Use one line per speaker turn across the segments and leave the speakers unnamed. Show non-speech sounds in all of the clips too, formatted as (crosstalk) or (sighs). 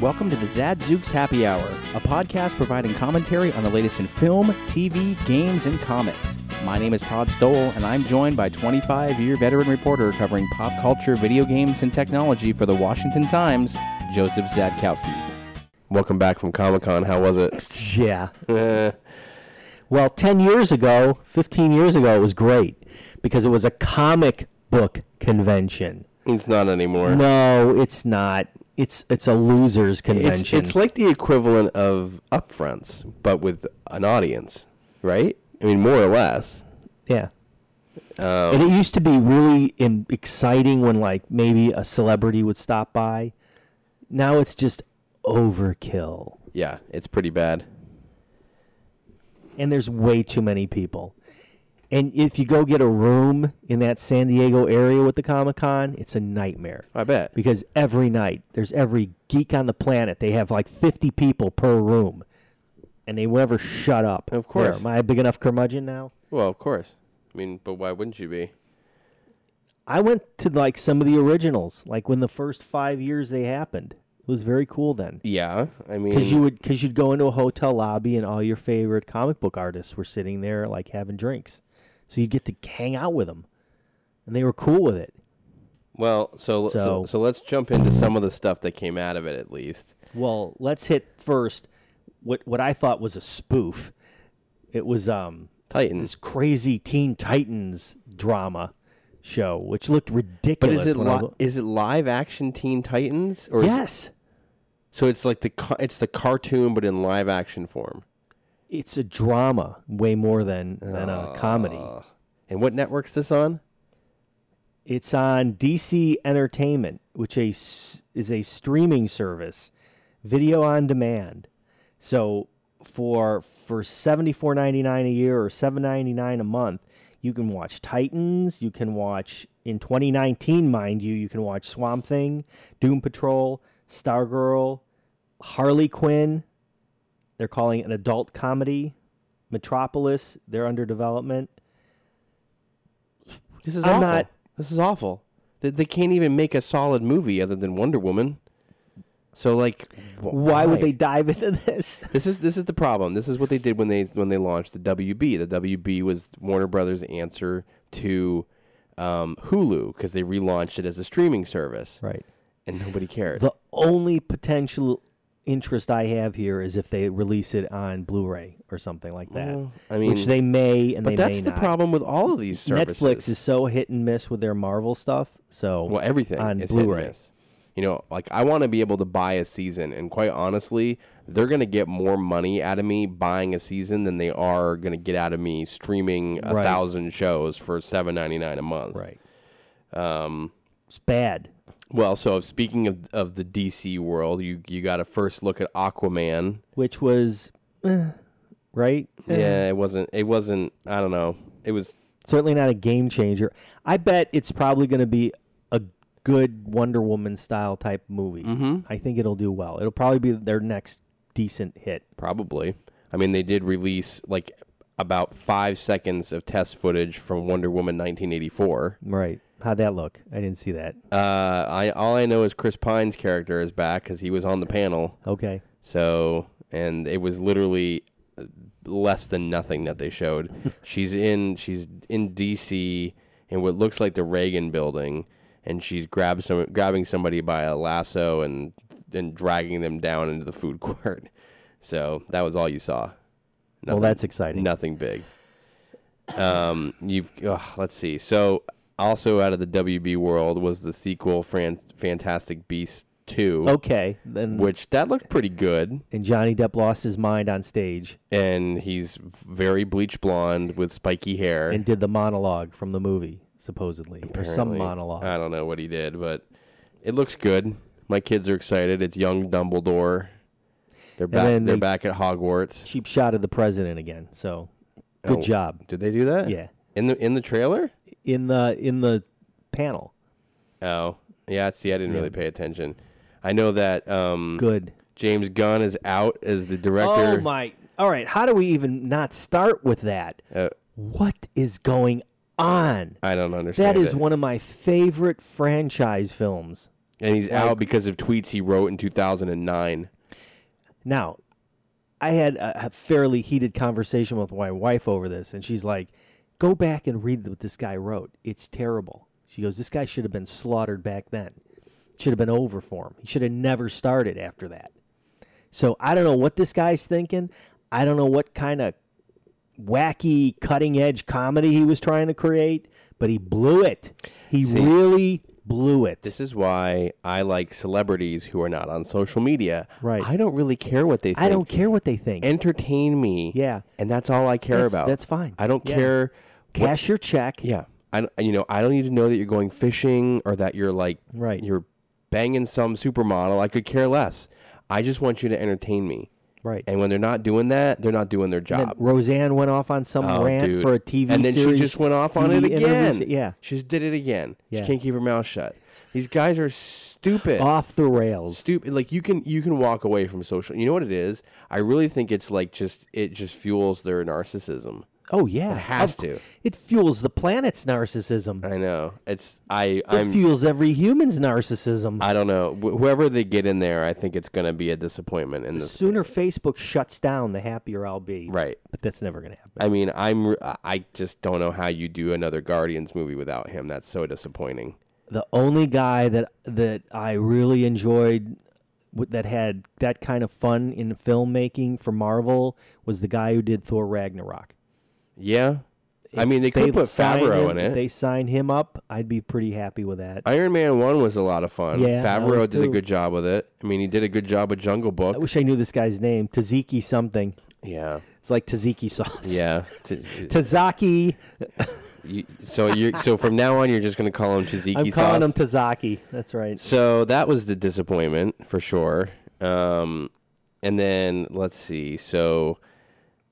welcome to the Zadzooks Happy Hour, a podcast providing commentary on the latest in film, TV, games, and comics. My name is Todd Stoll, and I'm joined by 25 year veteran reporter covering pop culture, video games, and technology for the Washington Times, Joseph Zadkowski. Welcome back from Comic Con. How was it?
(laughs)
Yeah. Well, 10 years ago, 15 years ago, it was great because it was a comic book convention.
It's not anymore.
No, it's not. It's it's a losers
it's,
convention.
it's like the equivalent of upfronts, but with an audience, right? I mean, more or less.
yeah.
Oh.
and it used to be really in, exciting when like maybe a celebrity would stop by. Now it's just overkill.
Yeah, it's pretty bad.
and there's way too many people. And if you go get a room in that San Diego area with the Comic Con, it's a nightmare.
I bet.
Because every night, there's every geek on the planet. They have like 50 people per room. And they will never shut up.
Of course.
There, am I a big enough curmudgeon now?
Well, of course. I mean, but why wouldn't you be?
I went to like some of the originals, like when the first five years they happened. It was very cool then.
Yeah, I mean,
Because you would, because you'd go into a hotel lobby and all your favorite comic book artists were sitting there like having drinks, so you'd get to hang out with them, and they were cool with it.
well, so, so
So-
so let's jump into some of the stuff that came out of it at least.
Well, let's hit first what what I thought was a spoof. It was um
Titans.
this crazy Teen Titans drama show, which looked
But
ridiculous.
is it
when I
li-
was-
is it live action Teen Titans or is it-
yes,
so it's like the ca- it's the cartoon but in live action form.
it's a drama way more than than a comedy.
Uh, and what network's this on?
It's on DC Entertainment, which a, s- is a streaming service, video on demand. So for for seventy four ninety nine a year or seven ninety nine a month, you can watch Titans. You can watch in twenty nineteen, mind you, you can watch Swamp Thing, Doom Patrol, Stargirl, Harley Quinn. They're calling it an adult comedy. Metropolis. They're under development.
This is
I'm
awful.
not-
This is awful. They, they can't even make a solid movie other than Wonder Woman. So like, wh-
Why would they dive into this? (laughs)
This is this is the problem. This is what they did when they when they launched the WB. The WB was Warner Brothers' answer to um, Hulu because they relaunched it as a streaming service,
Right.
and nobody cared.
The only potential interest I have here is if they release it on Blu-ray or something like that.
Well, Mm, I mean,
which they may and
but
they
that's
may
the
not.
problem with all of these services.
Netflix is so hit and miss with their Marvel stuff. So
Well, everything
on
is
Blu-ray.
Hit and miss. You know, like I want to be able to buy a season, and quite honestly, they're gonna get more money out of me buying a season than they are gonna get out of me streaming a
Right.
thousand shows for seven ninety nine a month. Um,
right. Um, it's bad.
Well, so if speaking of of the DC world, you you got to first look at Aquaman.
Which was eh, right. Eh,
Yeah, it wasn't. It wasn't. I don't know. It was.
Certainly not a game changer. I bet it's probably going to be a good Wonder Woman style type movie.
Mm-hmm.
I think it'll do well. It'll probably be their next decent hit.
Probably. I mean, they did release like about five seconds of test footage from Wonder Woman 1984.
Right. How'd that look? I didn't see that.
Uh, I all I know is Chris Pine's character is back because he was on the panel.
Okay.
So, and it was literally uh, less than nothing that they
(laughs)
showed. she's in she's in DC in what looks like the Reagan building and she's grabbed some grabbing somebody by a lasso and and dragging them down into the food (laughs) court. So, that was all you saw.
Well, that's exciting.
Nothing big. Um, you've ugh, let's see. So, also out of the WB world was the sequel Fran- Fantastic Beasts 2,
Okay. Then
which that looked pretty good
and Johnny Depp lost his mind on stage
and he's very bleach blonde with spiky hair.
and did the monologue from the movie, supposedly, or some
apparently. uh,
monologue.
I don't know what he did, but it looks good. My kids are excited. It's young Dumbledore. They're back. They're
then they-
back at Hogwarts.
Cheap shot of the president again. So, good
Oh.
job.
Did they do that?
Yeah.
In the in the trailer?
In the in the panel.
Oh, yeah. See, I didn't really pay attention. I know that um,
Good.
James Gunn is out as the director.
Oh my. All right, how do we even not start with that?
Uh,
What is going on?
I don't understand.
That is
it.
one of my favorite franchise films.
and he's out because of tweets he wrote in 2009.
Now, I had a a fairly heated conversation with my wife over this, and she's like, "Go back and read what this guy wrote. It's terrible." She goes, "This guy should have been slaughtered back then. It should have been over for him. He should have never started after that." So I don't know what this guy's thinking. I don't know what kind of wacky, cutting edge comedy he was trying to create, but he blew it. He really blew it.
This is why I like celebrities who are not on social media.
Right.
I don't really care what they think.
I don't care what they think.
entertain me.
Yeah.
And that's all I care
That's-
about.
that's fine.
I don't
Yeah.
care. what-
Cash your check.
yeah. I don't- you know I don't need to know that you're going fishing or that you're like
Right.
you're banging some supermodel. I could care less. I just want you to entertain me.
Right.
And when they're not doing that, they're not doing their
And
job.
Roseanne went off on some
Oh,
rant
dude.
for a TV
and then
series,
she just went off on it
TV
again.
interviews. Yeah.
she just did it again.
Yeah.
She can't keep her mouth shut. These guys are stupid.
Off the rails.
stupid like you can you can walk away from social you know what it is i really think it's like just it just fuels their narcissism
Oh yeah.
it has
Of cou-
to
It fuels the planet's narcissism.
i know it's i
It
i'm
fuels every human's narcissism.
i don't know Wh- whoever they get in there i think it's going to be a disappointment in
The
this
sooner Facebook shuts down, the happier I'll be.
right
But that's never gonna happen.
i mean i'm re- I- i just don't know how you do another guardians movie without him that's so disappointing
the only guy that that I really enjoyed w- that had that kind of fun in filmmaking for Marvel was the guy who did Thor Ragnarok.
yeah i mean they
If
could put
sign
favreau in
him- If
it
they sign him up, I'd be pretty happy with that.
iron man 1 was a lot of fun
Yeah, that was
favreau did a
too.
good job with it i mean he did a good job with jungle
I
book
wish I knew this guy's name. Taziki something.
yeah
It's like tzatziki sauce. (laughs)
yeah T-
Tazaki.
You, so you so from now on you're just gonna call him Tzatziki
I'm
sauce.
calling him Tazaki. That's right.
so that was the disappointment for sure. Um, and then let's see. So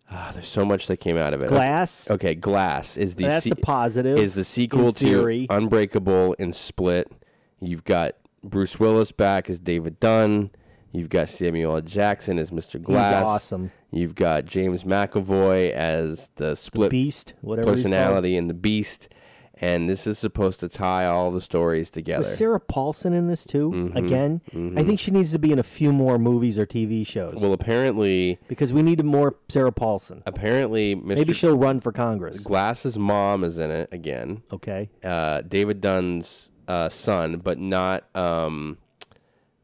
ah, there's so much that came out of it.
Glass.
Okay, okay, Glass is the
That's
se-
a positive.
Oh, is the sequel
in
to
theory.
Unbreakable and Split. You've got Bruce Willis back as David Dunn. You've got Samuel L. Jackson as Mr. Glass.
awesome.
You've got James McAvoy as the Split
Beast, whatever he's called.
personality and the beast and this is supposed to tie all the stories together
Was Sarah Paulson in this too?
Mm-hmm.
Again, I think she needs to be in a few more movies or TV shows
well apparently
because we need more Sarah Paulson.
apparently mr
Maybe she'll run for Congress.
glass's mom is in it again
Okay.
uh, david dunn's uh, son but not um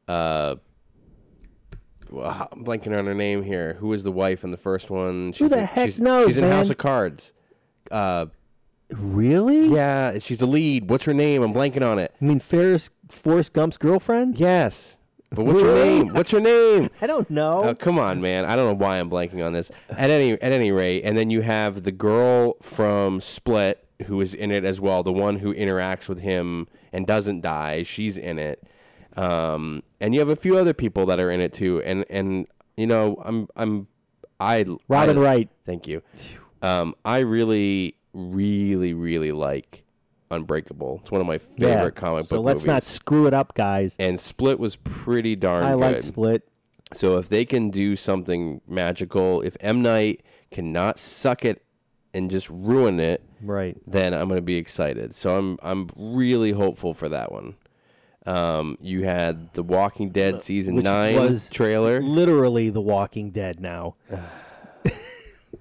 uh well, how- I'm blanking on her name here. Who was the wife in the first one? She's
the
in-
heck
she's,
knows,
She's in House
man?
of Cards. Uh,
Really?
yeah, she's the lead. What's her name? I'm blanking on it.
I mean, Ferris Forrest Gump's girlfriend?
Yes, but what's her
Really?
name? What's her name?
I don't know.
Oh come on, man! I don't know why I'm blanking on this. At any at any rate, and then you have the girl from Split who is in it as well. The one who interacts with him and doesn't die, she's in it. Um, and you have a few other people that are in it too. And and you know, I'm I'm I
Robin
I-
Wright.
Thank you. Um, I really really really like Unbreakable. It's one of my favorite
Yeah.
comic
So
book
let's
movies.
not screw it up, guys.
and Split was pretty darn
I
good.
like Split.
So if they can do something magical, if M Night cannot suck it and just ruin it,
Right.
then I'm going to be excited. So I'm I'm really hopeful for that one. Um, you had the Walking Dead season
which
nine
was-
trailer.
Literally The Walking Dead now.
(sighs)
(laughs)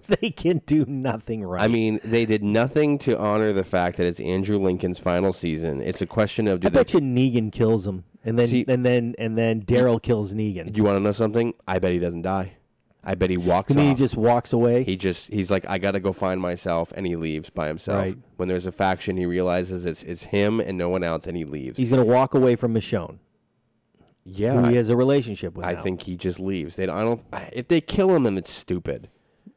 they can do nothing right.
I mean, they did nothing to honor the fact that it's Andrew Lincoln's final season. It's a question of do
I
they?
bet you Negan kills him, and then
See-
and then and then Daryl kills Negan.
You want to know something? I bet he doesn't die. I bet he walks.
and then he
off.
just walks away.
He just he's like, I gotta go find myself, and he leaves by himself.
Right.
When there's a faction, he realizes it's it's him and no one else, and he leaves.
He's gonna walk away from Michonne,
yeah,
who he
I,
has a relationship with.
I
now.
think he just leaves. They don't, I don't. If they kill him, then it's stupid.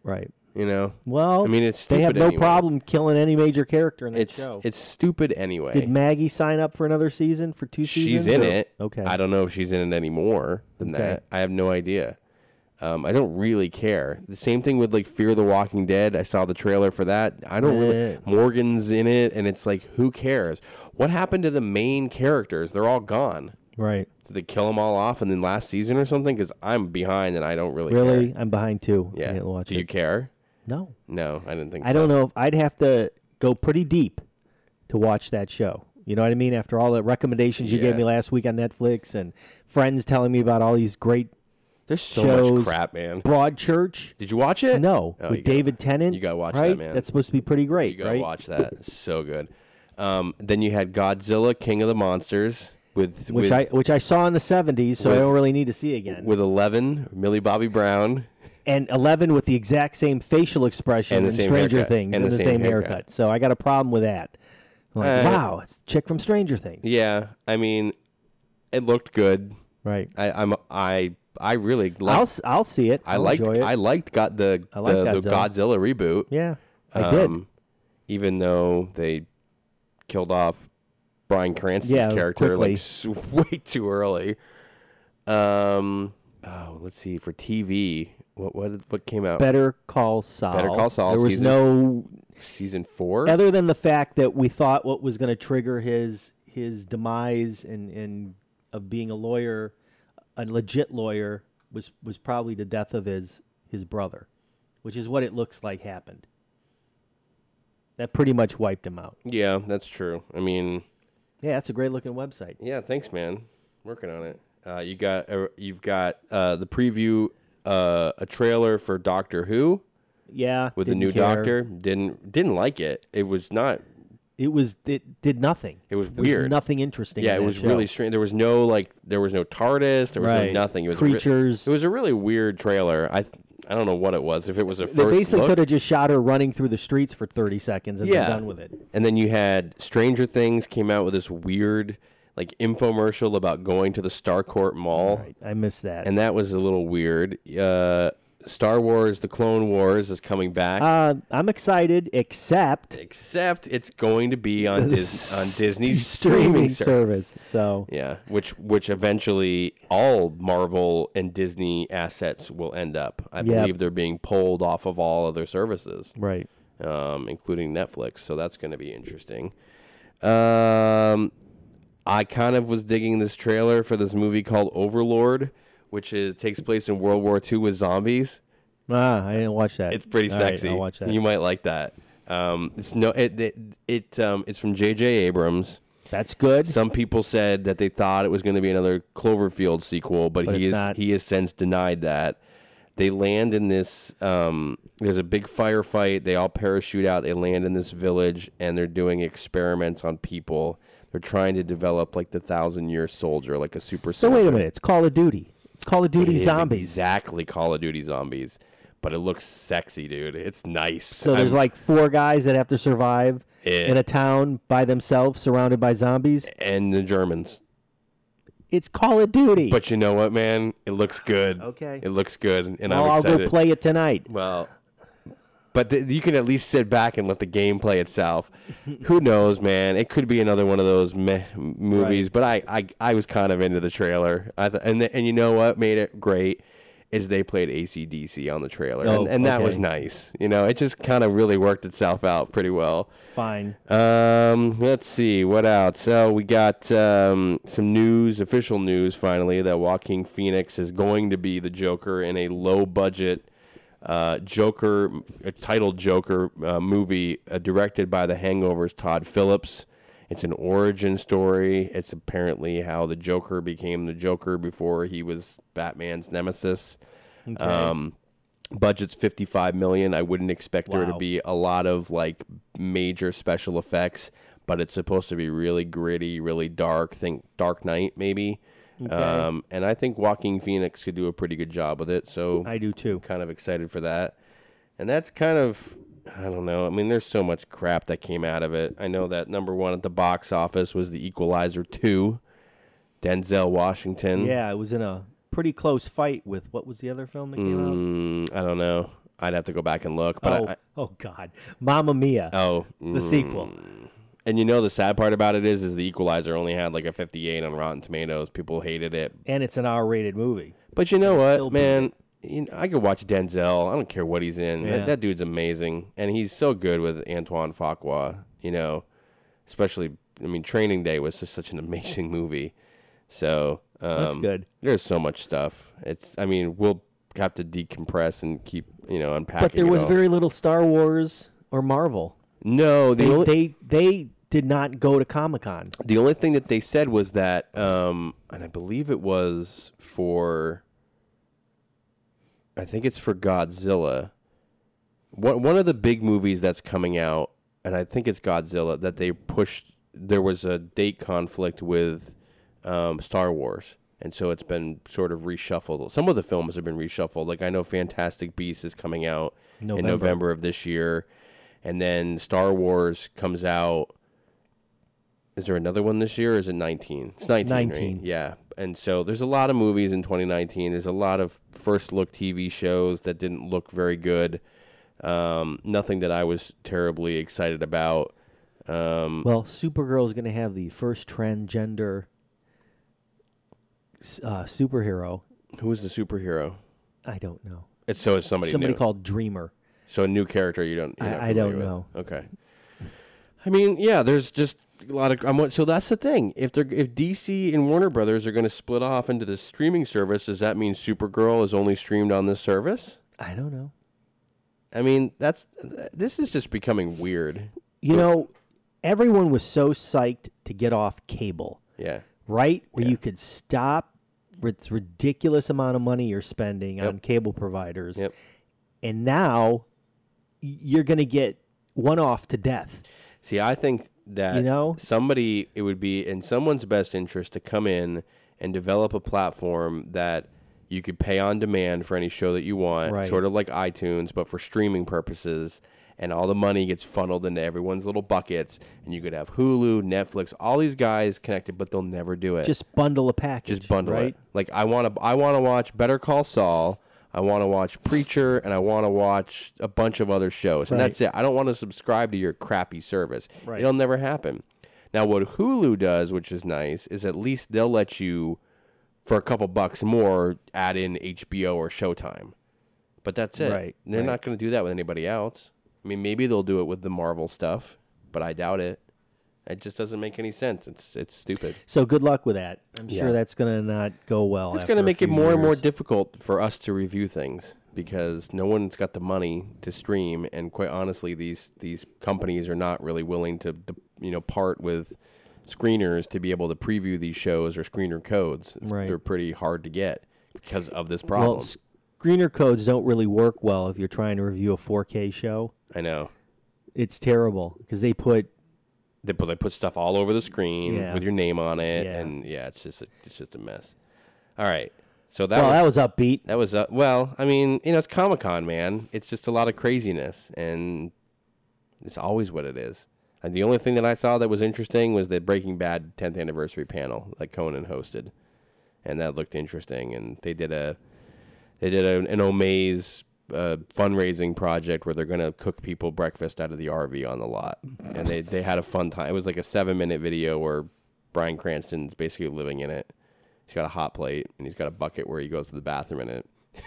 right.
You know,
Well,
I mean, it's stupid
they have no
anyway.
problem killing any major character in that
it's
show.
it's stupid
Did
anyway.
Maggie sign up for another season for two seasons?
She's in
or-
it.
Okay.
I don't know if she's in it any more than
Okay.
that. I have no idea. Um, I don't really care. The same thing with like Fear the Walking Dead. I saw the trailer for that. I don't
Eh.
really. Morgan's in it, and it's like, who cares? What happened to the main characters? They're all gone.
Right.
Did they kill them all off in the last season or something? Because I'm behind and I don't really.
Really,
Care.
I'm behind too. I
Yeah.
didn't watch
Do
it.
you care?
No,
No, I didn't think
I
so.
don't know. if I'd have to go pretty deep to watch that show. You know what I mean? After all the recommendations you gave
Yeah.
me last week on Netflix and friends telling me about all these great
There's so
Shows-
much crap, man.
Broadchurch.
Did you watch it?
No,
Oh,
with
you gotta-
David Tennant.
you gotta watch that,
right?
man.
That's supposed to be pretty
You
great,
gotta
right?
watch that. It's so good. Um, then you had Godzilla, King of the Monsters, with
Which
with,
I which I saw in the '70s, so I
with-
don't really need to see again.
with Eleven, Millie Bobby Brown.
and Eleven with the exact same facial expression
And the
in
same
Stranger
haircut.
Things
And the same
haircut.
haircut.
So I got a problem with that. I'm
Uh,
like, wow, it's the chick from Stranger Things,
Yeah, I mean, it looked good.
right?
I, I'm I I really
I'll
liked,
s- I'll see it.
I
I'll
liked
enjoy it.
I liked got the
I like
the, the
Godzilla.
Godzilla reboot.
yeah, I
Um,
did.
Even though they killed off Brian Cranston's
Yeah,
character
quickly.
like s- (laughs) way too early. Um, oh, let's see for TV. What what what came out?
Better Call Saul.
Better Call Saul
There was
season
no
Season four.
other than the fact that we thought what was going to trigger his his demise and and of being a lawyer, a legit lawyer was was probably the death of his his brother, which is what it looks like happened. That pretty much wiped him out.
Yeah, that's true. I mean,
Yeah, that's a great looking website.
yeah, thanks, man. Working on it. Uh, you got uh, you've got uh, the preview, uh, a trailer for Doctor Who
Yeah,
with
didn't
the new
care.
Doctor. Didn't didn't like it. It was not.
It was it did nothing.
It was
There was
weird.
nothing interesting.
Yeah,
in
it
that
was
show.
really strange. There was no like, there was no TARDIS. There was
Right.
no nothing. It was a re-
creatures.
it was a really weird trailer. I th- I don't know what it was. If it was a
they
first
basically
look,
could have just shot her running through the streets for thirty seconds and been
Yeah.
done with it.
and then you had Stranger Things came out with this weird like infomercial about going to the Starcourt Mall,
Right, I missed that.
and that was a little weird. Uh, Star Wars: The Clone Wars is coming back,
Uh, I'm excited, except
except it's going to be
(laughs)
on Dis- on Disney's (laughs) streaming
streaming service. So
Yeah, which which eventually all Marvel and Disney assets will end up. I
Yep.
believe they're being pulled off of all other services,
right,
um, including Netflix. So that's going to be interesting. Um, I kind of was digging this trailer for this movie called Overlord, which is takes place in World War II with zombies.
ah, I didn't watch that.
It's pretty
All right,
sexy.
I'll watch that.
You might like that. Um, it's no, it it, it um, it's from J.J. Abrams.
That's good.
Some people said that they thought it was going to be another Cloverfield sequel, but,
But
he
it's
is
not.
he has since denied that. They land in this. Um, there's a big firefight. They all parachute out. They land in this village, and they're doing experiments on people. They're trying to develop like the thousand year soldier, like a super.
so wait
soldier.
a minute, it's Call of Duty. It's Call of
It
Duty
is
Zombies.
exactly Call of Duty zombies, but it looks sexy, dude. It's nice.
so there's like four guys that have to survive
Yeah.
in a town by themselves, surrounded by zombies.
and the Germans.
It's Call of Duty.
But you know what, man? It looks good.
Okay.
It looks good, and
well,
I'm
I'll
excited.
go play it tonight.
Well, but th- you can at least sit back and let the game play
(laughs)
itself. Who knows, man? It could be another one of those meh m- movies. But I, I, I was kind of into the trailer. I th- and th- and you know what made it great is they played ACDC on the trailer,
Oh,
and, and that was
okay.
nice. You know, it just kind of really worked itself out pretty well.
Fine.
Um, let's see what else. So we got um, some news, official news, finally that Joaquin Phoenix is going to be the Joker in a low-budget uh, Joker, a titled Joker uh, movie uh, directed by The Hangover's Todd Phillips. It's an origin story. It's apparently how the Joker became the Joker before he was Batman's nemesis. Um, budget's 55 million. I wouldn't expect there
Wow.
to be a lot of like major special effects, but it's supposed to be really gritty, really dark. Think Dark Knight maybe. Um, and I think Walking Phoenix could do a pretty good job with it. So
I do too.
kind of excited for that. And that's kind of I don't know. I mean, there's so much crap that came out of it. I know that number one at the box office was The Equalizer two, Denzel Washington.
Yeah, it was in a pretty close fight with what was the other film that came out?
Mm, I don't know. I'd have to go back and look, but
oh,
I, I-
oh God, Mamma Mia,
oh,
the
mm.
sequel.
And you know the sad part about it is, is the Equalizer only had like a 58 on Rotten Tomatoes. People hated it,
and it's an R-rated movie.
but you know
still
what,
beat
man. You know, I could watch Denzel. I don't care what he's in.
Yeah.
That, that dude's amazing, and he's so good with Antoine Fuqua. You know, especially I mean, Training Day was just such an amazing (laughs) movie. So um,
That's good.
There's so much stuff. It's I mean, we'll have to decompress and keep you know unpacking.
But there
it
was
all.
very little Star Wars or Marvel.
no the
They
only,
they, they did not go to Comic Con.
The only thing that they said was that, um, and I believe it was for, I think it's for Godzilla. One one of the big movies that's coming out, and I think it's Godzilla that they pushed. There was a date conflict with um, Star Wars, and so it's been sort of reshuffled. Some of the films have been reshuffled. Like I know Fantastic Beasts is coming out
November.
in November of this year, and then Star Wars comes out. Is there another one this year? Or is it nineteen? It's nineteen. right?
19.
Yeah, and so there's a lot of movies in 2019. There's a lot of first look TV shows that didn't look very good. Um, nothing that I was terribly excited about. Um,
Well, Supergirl is going to have the first transgender s- uh, superhero.
who was the superhero?
I don't know.
It's so it's somebody
Somebody
new.
called Dreamer.
So a new character you don't. you're
I-
not
I don't
familiar
know.
with. Okay. I mean, yeah. There's just a lot of. I'm, so that's the thing. If they're if DC and Warner Brothers are going to split off into this streaming service, does that mean Supergirl is only streamed on this service?
I don't know.
I mean, that's this is just becoming weird.
You know, everyone was so psyched to get off cable,
Yeah.
right? Where you could stop with ridiculous amount of money you're spending on cable providers.
Yep.
And now y- you're going to get one off to death.
See, I think that
You know?
somebody it would be in someone's best interest to come in and develop a platform that you could pay on demand for any show that you want,
Right.
sort of like iTunes, but for streaming purposes. And all the money gets funneled into everyone's little buckets, and you could have Hulu, Netflix, all these guys connected, but they'll never do it.
Just bundle a package.
Just bundle
right?
it. Like I want to, I want to watch Better Call Saul. I want to watch Preacher, and I want to watch a bunch of other shows, and
Right.
that's it. I don't want to subscribe to your crappy service.
Right.
It'll never happen. Now, what Hulu does, which is nice, is at least they'll let you, for a couple bucks more, add in HBO or Showtime. But that's it.
Right,
They're
right.
not going to do that with anybody else. I mean, maybe they'll do it with the Marvel stuff, but I doubt it. It just doesn't make any sense. It's it's stupid.
So good luck with that. I'm
Yeah.
sure that's going to not go well.
It's
going to
make it more and more difficult for us to review things because no one's got the money to stream, and quite honestly, these these companies are not really willing to, to, you know part with screeners to be able to preview these shows or screener codes. It's-
Right.
They're pretty hard to get because of this problem.
well, screener codes don't really work well if you're trying to review a 4K show.
I know.
It's terrible because they put
They put, they put stuff all over the screen
Yeah.
with your name on it,
Yeah.
and yeah, it's just a, it's just a mess. All right, so that
well,
was,
that was upbeat.
That was uh, well. I mean, you know, it's Comic Con, man. It's just a lot of craziness, and it's always what it is. And the only thing that I saw that was interesting was the Breaking Bad 10th anniversary panel that Conan hosted, and that looked interesting. And they did a they did a, an Omaze uh, fundraising project where they're gonna cook people breakfast out of the RV on the lot, and they they had a fun time. It was like a seven minute video where Brian Cranston's basically living in it. He's got a hot plate and he's got a bucket where he goes to the bathroom in it.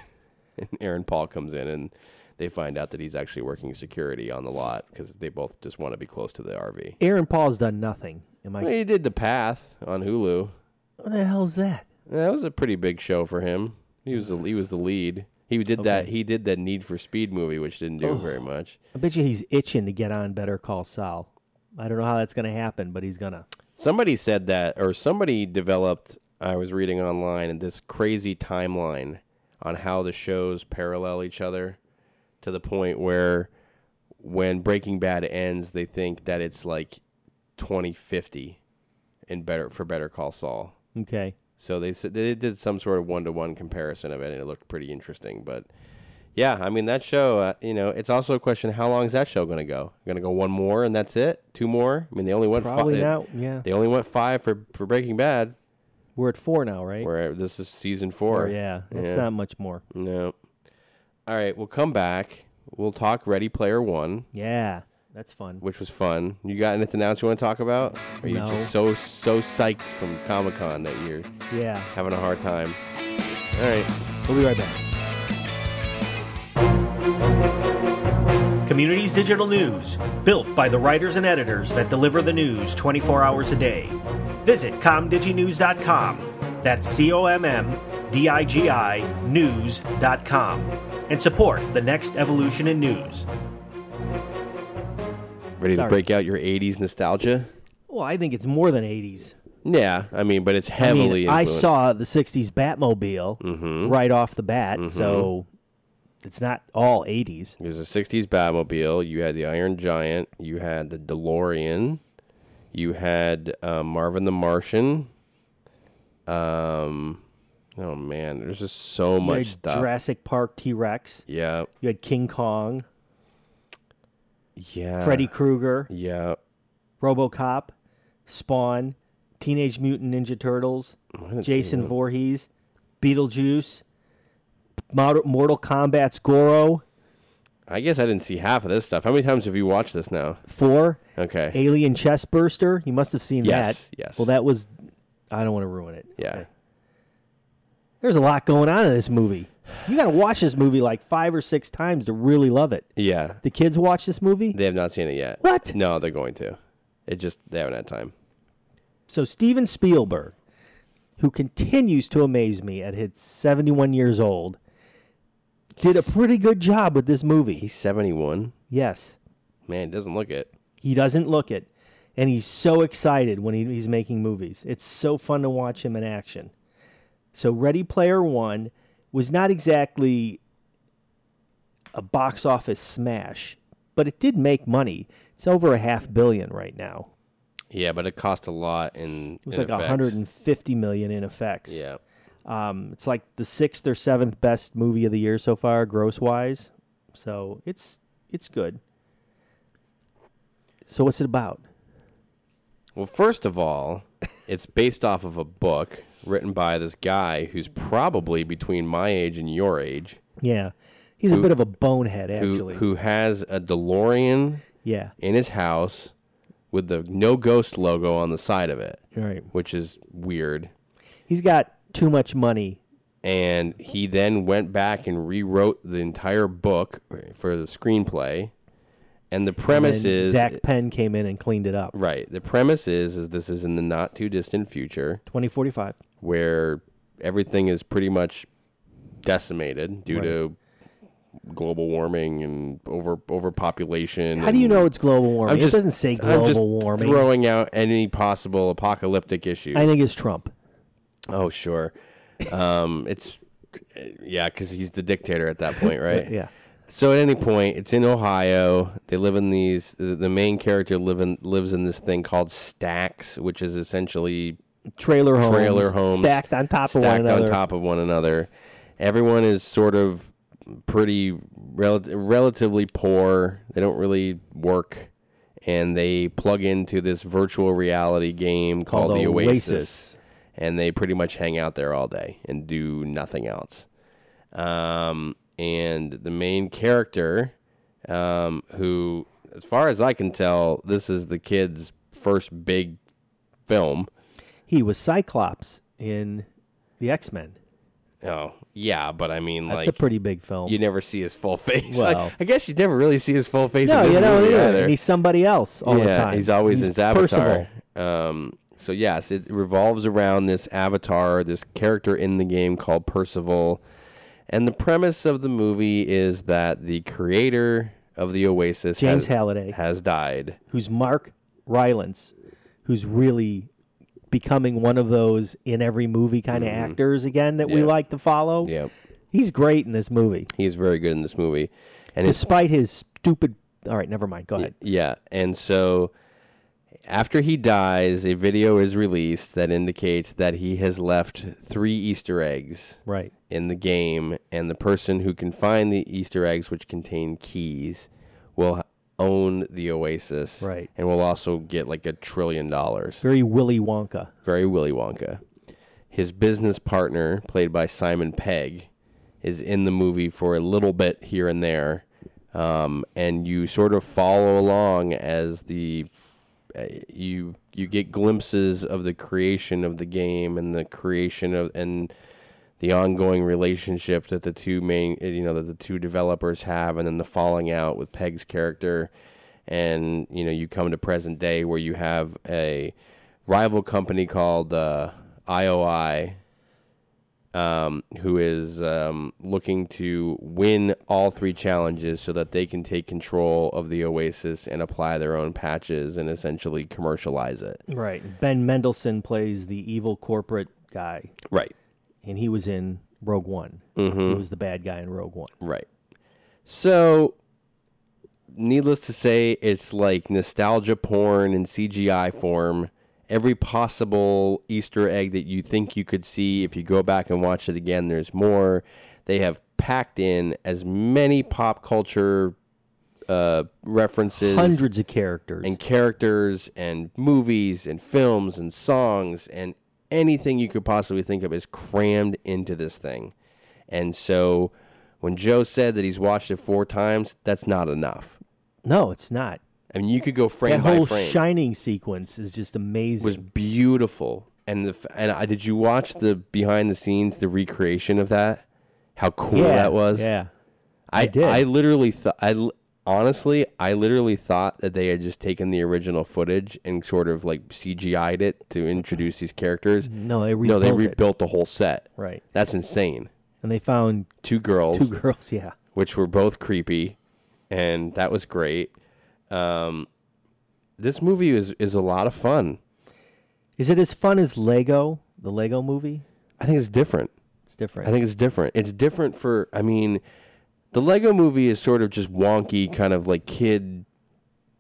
(laughs) and Aaron Paul comes in and they find out that he's actually working security on the lot because they both just want to be close to the RV.
Aaron Paul's done nothing. Am I?
Well, he did the path on Hulu.
What the hell's that?
That was a pretty big show for him. He was the, he was the lead. He did that he did that Need for Speed movie, which didn't do very much.
I bet you he's itching to get on Better Call Saul. I don't know how that's going to happen, but he's gonna.
Somebody said that, or somebody developed. I was reading online this crazy timeline on how the shows parallel each other to the point where when Breaking Bad ends, they think that it's like 2050 in better for Better Call Saul.
Okay.
So they said they did some sort of one to one comparison of it, and it looked pretty interesting. But yeah, I mean that show, uh, you know, it's also a question: how long is that show going to go? Going to go one more, and that's it? Two more? I mean, they only went fi-
Probably
they-
now. Yeah.
they only went five for, for Breaking Bad,
We're at four now, right?
where this is season
Or
four.
Oh, yeah, it's
Yeah.
not much more.
No. All right, we'll come back. We'll talk Ready Player One,
Yeah, that's fun.
which was fun. You got anything else you want to talk about? Or are you
No.
just so so psyched from Comic Con that you're
Yeah,
having a hard time? All right.
we'll be right back.
Communities Digital News, built by the writers and editors that deliver the news 24 hours a day. Visit comdiginews.com. That's C O M M D I G I news.com. And support the next evolution in news.
Ready
Sorry.
to break out your 80s nostalgia?
Well, I think it's more than 80s.
Yeah, I mean, but it's
I mean,
heavily.
I
influenced. Mm-hmm.
saw the 60s Batmobile right off the bat, so it's not all 80s.
There's a '60s Batmobile. You had the Iron Giant. You had the DeLorean. You had uh, Marvin the Martian. Um, oh man, there's just so
You
much
had
stuff.
Jurassic Park T Rex.
yeah,
You had King Kong,
Uh, yeah.
Freddy Krueger,
Yeah.
RoboCop, Spawn, Teenage Mutant Ninja Turtles,
I didn't see
Jason
that.
Voorhees, Beetlejuice, Mod- Mortal Kombat's Goro,
I guess I didn't see half of this stuff. How many times have you watched this now?
Four,
Okay.
Alien Chestburster. You must have seen
Yes,
that.
yes.
Well, that was. I don't want to ruin it.
Yeah.
There's a lot going on in this movie. You got to watch this movie like five or six times to really love it.
Yeah.
The kids watch this movie.
They have not seen it yet.
What?
No, they're going to. It just they haven't had time.
So Steven Spielberg, who continues to amaze me at his 71 years old, did a pretty good job with this movie.
He's 71.
Yes,
Man, he doesn't look it.
he doesn't look it, and he's so excited when he, he's making movies. It's so fun to watch him in action. So Ready Player One was not exactly a box office smash, but it did make money. It's over a half billion right now.
Yeah, but it cost a lot in
It was
in
like
effects.
150 million in effects.
Yeah.
Um, it's like the sixth or seventh best movie of the year so far, gross wise. So it's it's good. So what's it about?
Well, first of all, it's based off of a book written by this guy who's probably between my age and your age,
Yeah, he's a bit of a bonehead,
who
actually.
who has a DeLorean
yeah,
in his house with the no ghost logo on the side of it,
you're right.
which is weird.
He's got too much money.
and he then went back and rewrote the entire book for the screenplay. And the premise
and
is
Zach Penn came in and cleaned it up.
right. The premise is is this is in the not too distant future
2045.
where everything is pretty much decimated due to global warming and over overpopulation.
How do you
and-
know it's global warming?
I'm just,
it doesn't say global
I'm just
warming.
Throwing out any possible apocalyptic issue.
I think it's Trump.
oh sure, um, it's yeah because he's the dictator at that point, right?
(laughs) Yeah.
So at any point, it's in Ohio. They live in these. The, the main character live in, lives in this thing called stacks, which is essentially
Trailer homes.
trailer homes
Stacked on top of one
stacked
another.
on top of one another. Everyone is sort of pretty rel- relatively poor. They don't really work, and they plug into this virtual reality game called,
Called
the
Oasis.
Oasis, and they pretty much hang out there all day and do nothing else. Um, and the main character, um, who, as far as I can tell, this is the kid's first big film.
He was Cyclops in the X Men.
Oh, yeah, but I mean,
That's
like,
a pretty big film.
you never see his full (laughs) face. I-
Well.
I, guess you never really see his full face.
No,
in this
you know,
movie
yeah,
either.
and he's somebody else all
yeah,
the time.
he's always his avatar.
Percival.
Um, so yes, it revolves around this avatar, this character in the game called Percival, and the premise of the movie is that the creator of the Oasis,
James
has,
Halliday,
has died.
who's Mark Rylance, who's really becoming one of those in every movie kind of actors again that we
Mm-hmm. Yeah.
like to follow.
Yeah,
He's great in this movie,
he's very good in this movie, and his
despite his stupid. All right, never mind. Go ahead.
Yeah, and so after he dies, a video is released that indicates that he has left three Easter eggs
Right.
in the game, and the person who can find the Easter eggs, which contain keys, will h- own the Oasis,
Right.
And will also get like a trillion dollars.
Very Willy Wonka.
Very Willy Wonka. His business partner, played by Simon Pegg, is in the movie for a little bit here and there, um, and you sort of follow along as the uh, you you get glimpses of the creation of the game and the creation of and the ongoing relationship that the two main uh, you know that the two developers have and then the falling out with Peg's character and you know you come to present day where you have a rival company called uh, IOI um, who is um, looking to win all three challenges so that they can take control of the Oasis and apply their own patches and essentially commercialize it.
Right. Ben Mendelsohn plays the evil corporate guy,
Right.
and he was in Rogue One.
Mm-hmm.
He was the bad guy in Rogue One.
Right. So, needless to say, it's like nostalgia porn in CGI form. Every possible Easter egg that you think you could see, if you go back and watch it again, there's more. They have packed in as many pop culture uh, references
Hundreds of characters.
and characters and movies and films and songs and anything you could possibly think of is crammed into this thing. And so when Joe said that he's watched it four times, that's not enough.
no, it's not.
I mean, you could go
That
frame by
whole
frame.
shining sequence is just amazing.
was beautiful. And the f- and I, did you watch the behind the scenes the recreation of that? How cool
yeah,
that was.
Yeah.
I
did.
I literally thought I l- honestly I literally thought that they had just taken the original footage and sort of like CGI'd it to introduce these characters.
No, they
no,
rebuilt
they
it.
rebuilt the whole set.
Right.
That's insane.
And they found
Two girls,
two girls. Yeah.
which were both creepy, and that was great. Um, this movie is is a lot of fun.
Is it as fun as Lego, the Lego movie?
I think it's different.
It's different.
I think it's different. It's different for I mean, the Lego movie is sort of just wonky kind of like kid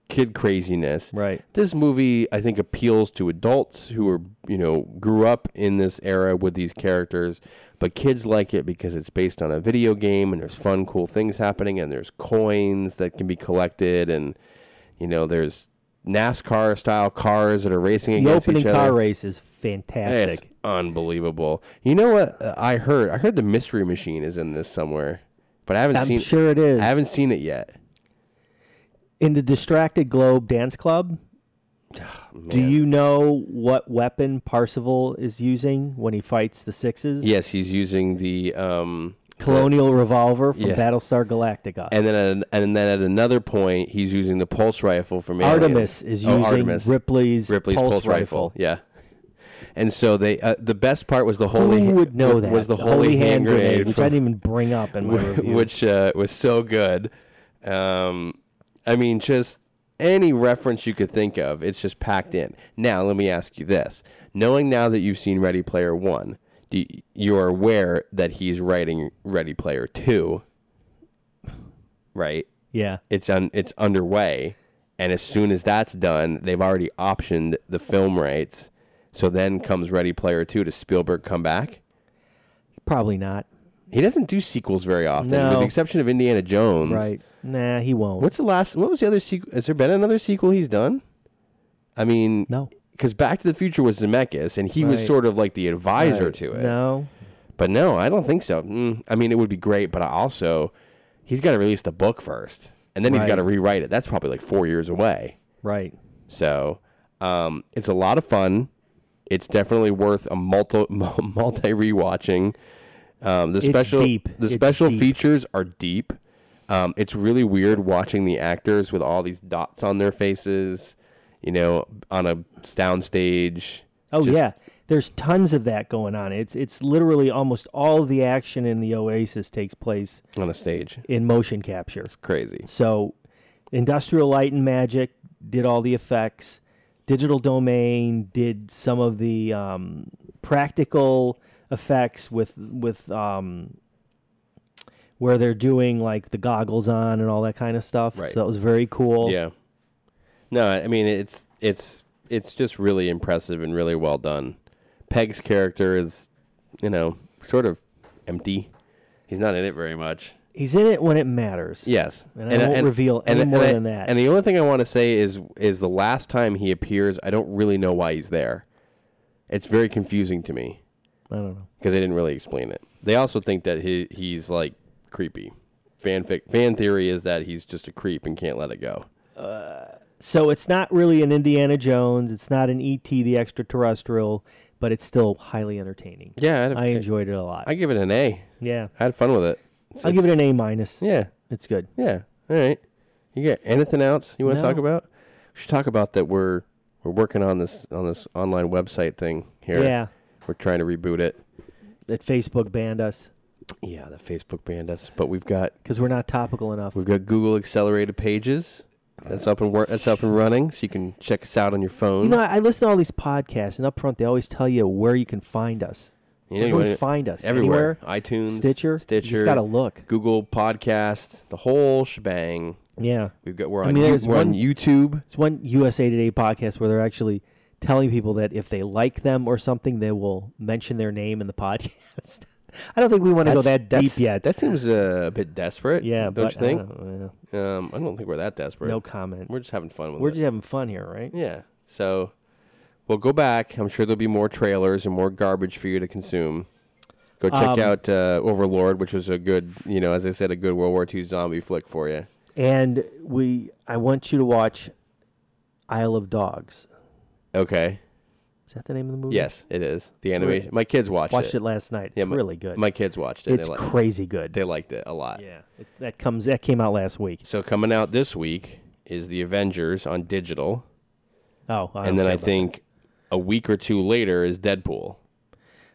kid craziness.
Right.
This movie I think appeals to adults who are, you know, grew up in this era with these characters, but kids like it because it's based on a video game and there's fun cool things happening and there's coins that can be collected and you know, there's NASCAR style cars that are racing
The
against
opening
each other.
car race is
It's
fantastic.
unbelievable. You know what uh, I heard? I heard the Mystery Machine is in this somewhere, but I haven't
I'm
seen.
sure it is.
I haven't seen it yet.
In the Distracted Globe Dance Club, do you know what weapon Parsifal is using when he fights the Sixes?
Yes, he's using the um,
Colonial Revolver from
Yeah.
Battlestar Galactica.
and then at, an- and then at another point, he's using the pulse rifle from Alien.
Artemis is
Oh,
using
Artemis.
Ripley's,
Ripley's
pulse,
rifle. Yeah. And so they, uh, the best part was the holy.
Who would know
was
that?
Was the, holy, hand grenade,
which
from-
I didn't even bring up in my
(laughs)
review.
which uh, was so good. Um, I mean, just any reference you could think of, it's just packed in. Now, let me ask you this: knowing now that you've seen Ready Player One, do you, you're aware that he's writing Ready Player Two, right?
yeah,
It's on. It's underway, and as soon as that's done, they've already optioned the film rights. So then comes Ready Player Two. Does Spielberg come back?
probably not.
He doesn't do sequels very often, with
No.
the exception of Indiana Jones.
Right? Nah, he won't.
What's the last? What was the other sequel? Has there been another sequel he's done? I mean,
No.
because Back to the Future was Zemeckis, and he was
Right.
sort of like the advisor
Right.
to it.
No,
But no, I don't think so. Mm, I mean, it would be great, but I also he's got to release the book first, and then he's
Right.
got to rewrite it. That's probably like four years away.
right.
So um, it's a lot of fun. It's definitely worth a multi (laughs) multi rewatching. Um, the
It's
special
deep.
the
It's
special
deep.
features are deep. Um, it's really weird watching the actors with all these dots on their faces, you know, on a soundstage.
Oh
Just-
yeah, there's tons of that going on. It's it's literally almost all the action in the Oasis takes place
on a stage.
in motion capture.
Crazy.
So, Industrial Light and Magic did all the effects. Digital Domain did some of the um, practical effects with with um, where they're doing like the goggles on and all that kind of stuff.
Right.
So that was very cool.
Yeah. No, I mean it's it's it's just really impressive and really well done. Peg's character is, you know, sort of empty. He's not in it very much.
He's in it when it matters.
Yes,
And I won't reveal any more
I-
than that.
And the only thing I want to say is is the last time he appears, I don't really know why he's there. It's very confusing to me
I don't know.
because they didn't really explain it. They also think that he he's like creepy. Fanfic fan theory is that he's just a creep and can't let it go.
So it's not really an Indiana Jones. It's not an ET the extraterrestrial, but it's still highly entertaining.
Yeah, I'd,
I enjoyed it a lot.
I give it an A.
yeah,
I had fun with it.
I'll give it an A minus.
Yeah,
It's good.
yeah. All right. You got anything else you want to
No.
talk about? We should talk about that. We're we're working on this on this online website thing here.
Yeah.
We're trying to reboot it.
that Facebook banned us
Yeah, the Facebook banned us, but we've got
because we're not topical enough.
we've got Google Accelerated Pages. That's up and wor- that's up and running, so you can check us out on your phone.
You know, I I listen to all these podcasts, and up front they always tell you where you can find us.
You
Where
know,
can
you
we
wanna-
find us?
everywhere.
Anywhere?
iTunes,
Stitcher.
Stitcher.
You just gotta look.
Google Podcast, the whole shebang.
Yeah,
We've got we're
I
on,
mean,
you-
there's
we're on
one-
YouTube.
it's one USA Today podcast where they're actually telling people that if they like them or something, they will mention their name in the (laughs) podcast. I don't think we want to go that deep
that's-
yet.
That seems uh, a bit desperate.
yeah,
don't
but
you think?
I don't know,
um, I don't think we're that
yeah.
desperate.
no comment.
We're just having fun with
We're
it.
just having fun here, right?
yeah. So we'll go back. I'm sure there'll be more trailers and more garbage for you to consume. Go check
Um,
out uh, Overlord, which was a good, you know, as I said, a good World War II zombie flick for you.
And we, I want you to watch Isle of Dogs.
Okay.
Is that the name of the movie?
Yes, it is the
really-
animation. My kids watched,
Watched
it.
it last night. It's
my,
really good.
My kids watched it.
it's
they, li-
crazy good.
they liked it a lot.
Yeah, it, that comes that came out last week.
So coming out this week is the Avengers on digital,
Oh, I don't
and then
care
I
about
think a week or two later is Deadpool.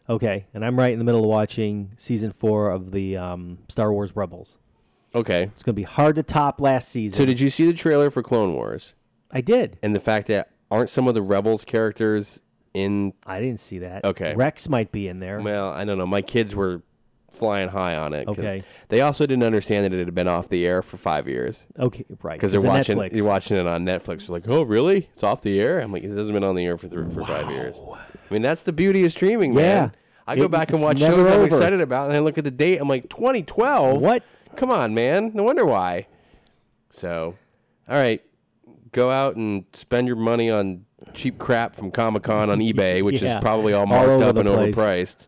that. okay, and I'm right in the middle of watching season four of the um, Star Wars Rebels.
Okay.
It's gonna be hard to top last season.
So did you see the trailer for Clone Wars
I did.
and the fact that aren't some of the Rebels characters in?
I didn't see that.
Okay.
Rex might be in there.
Well, I don't know. My kids were flying high on it. 'cause
Okay.
They also didn't understand that it had been off the air for five years
Okay, right.
because they're
it's a
watching
Netflix.
you're watching it on Netflix. They're like, oh, really? It's off the air? I'm like, it hasn't been on the air for three, for five years. I mean, that's the beauty of streaming,
Yeah.
man. I go
It-
back and
it's
watch
never
shows I'm
over.
excited about, and I look at the date. I'm like, 2012.
What?
Come on, man. No wonder why. So, all right, go out and spend your money on cheap crap from Comic Con on eBay, which
(laughs) Yeah.
is probably all
All
marked
over
up
the
and
place.
overpriced.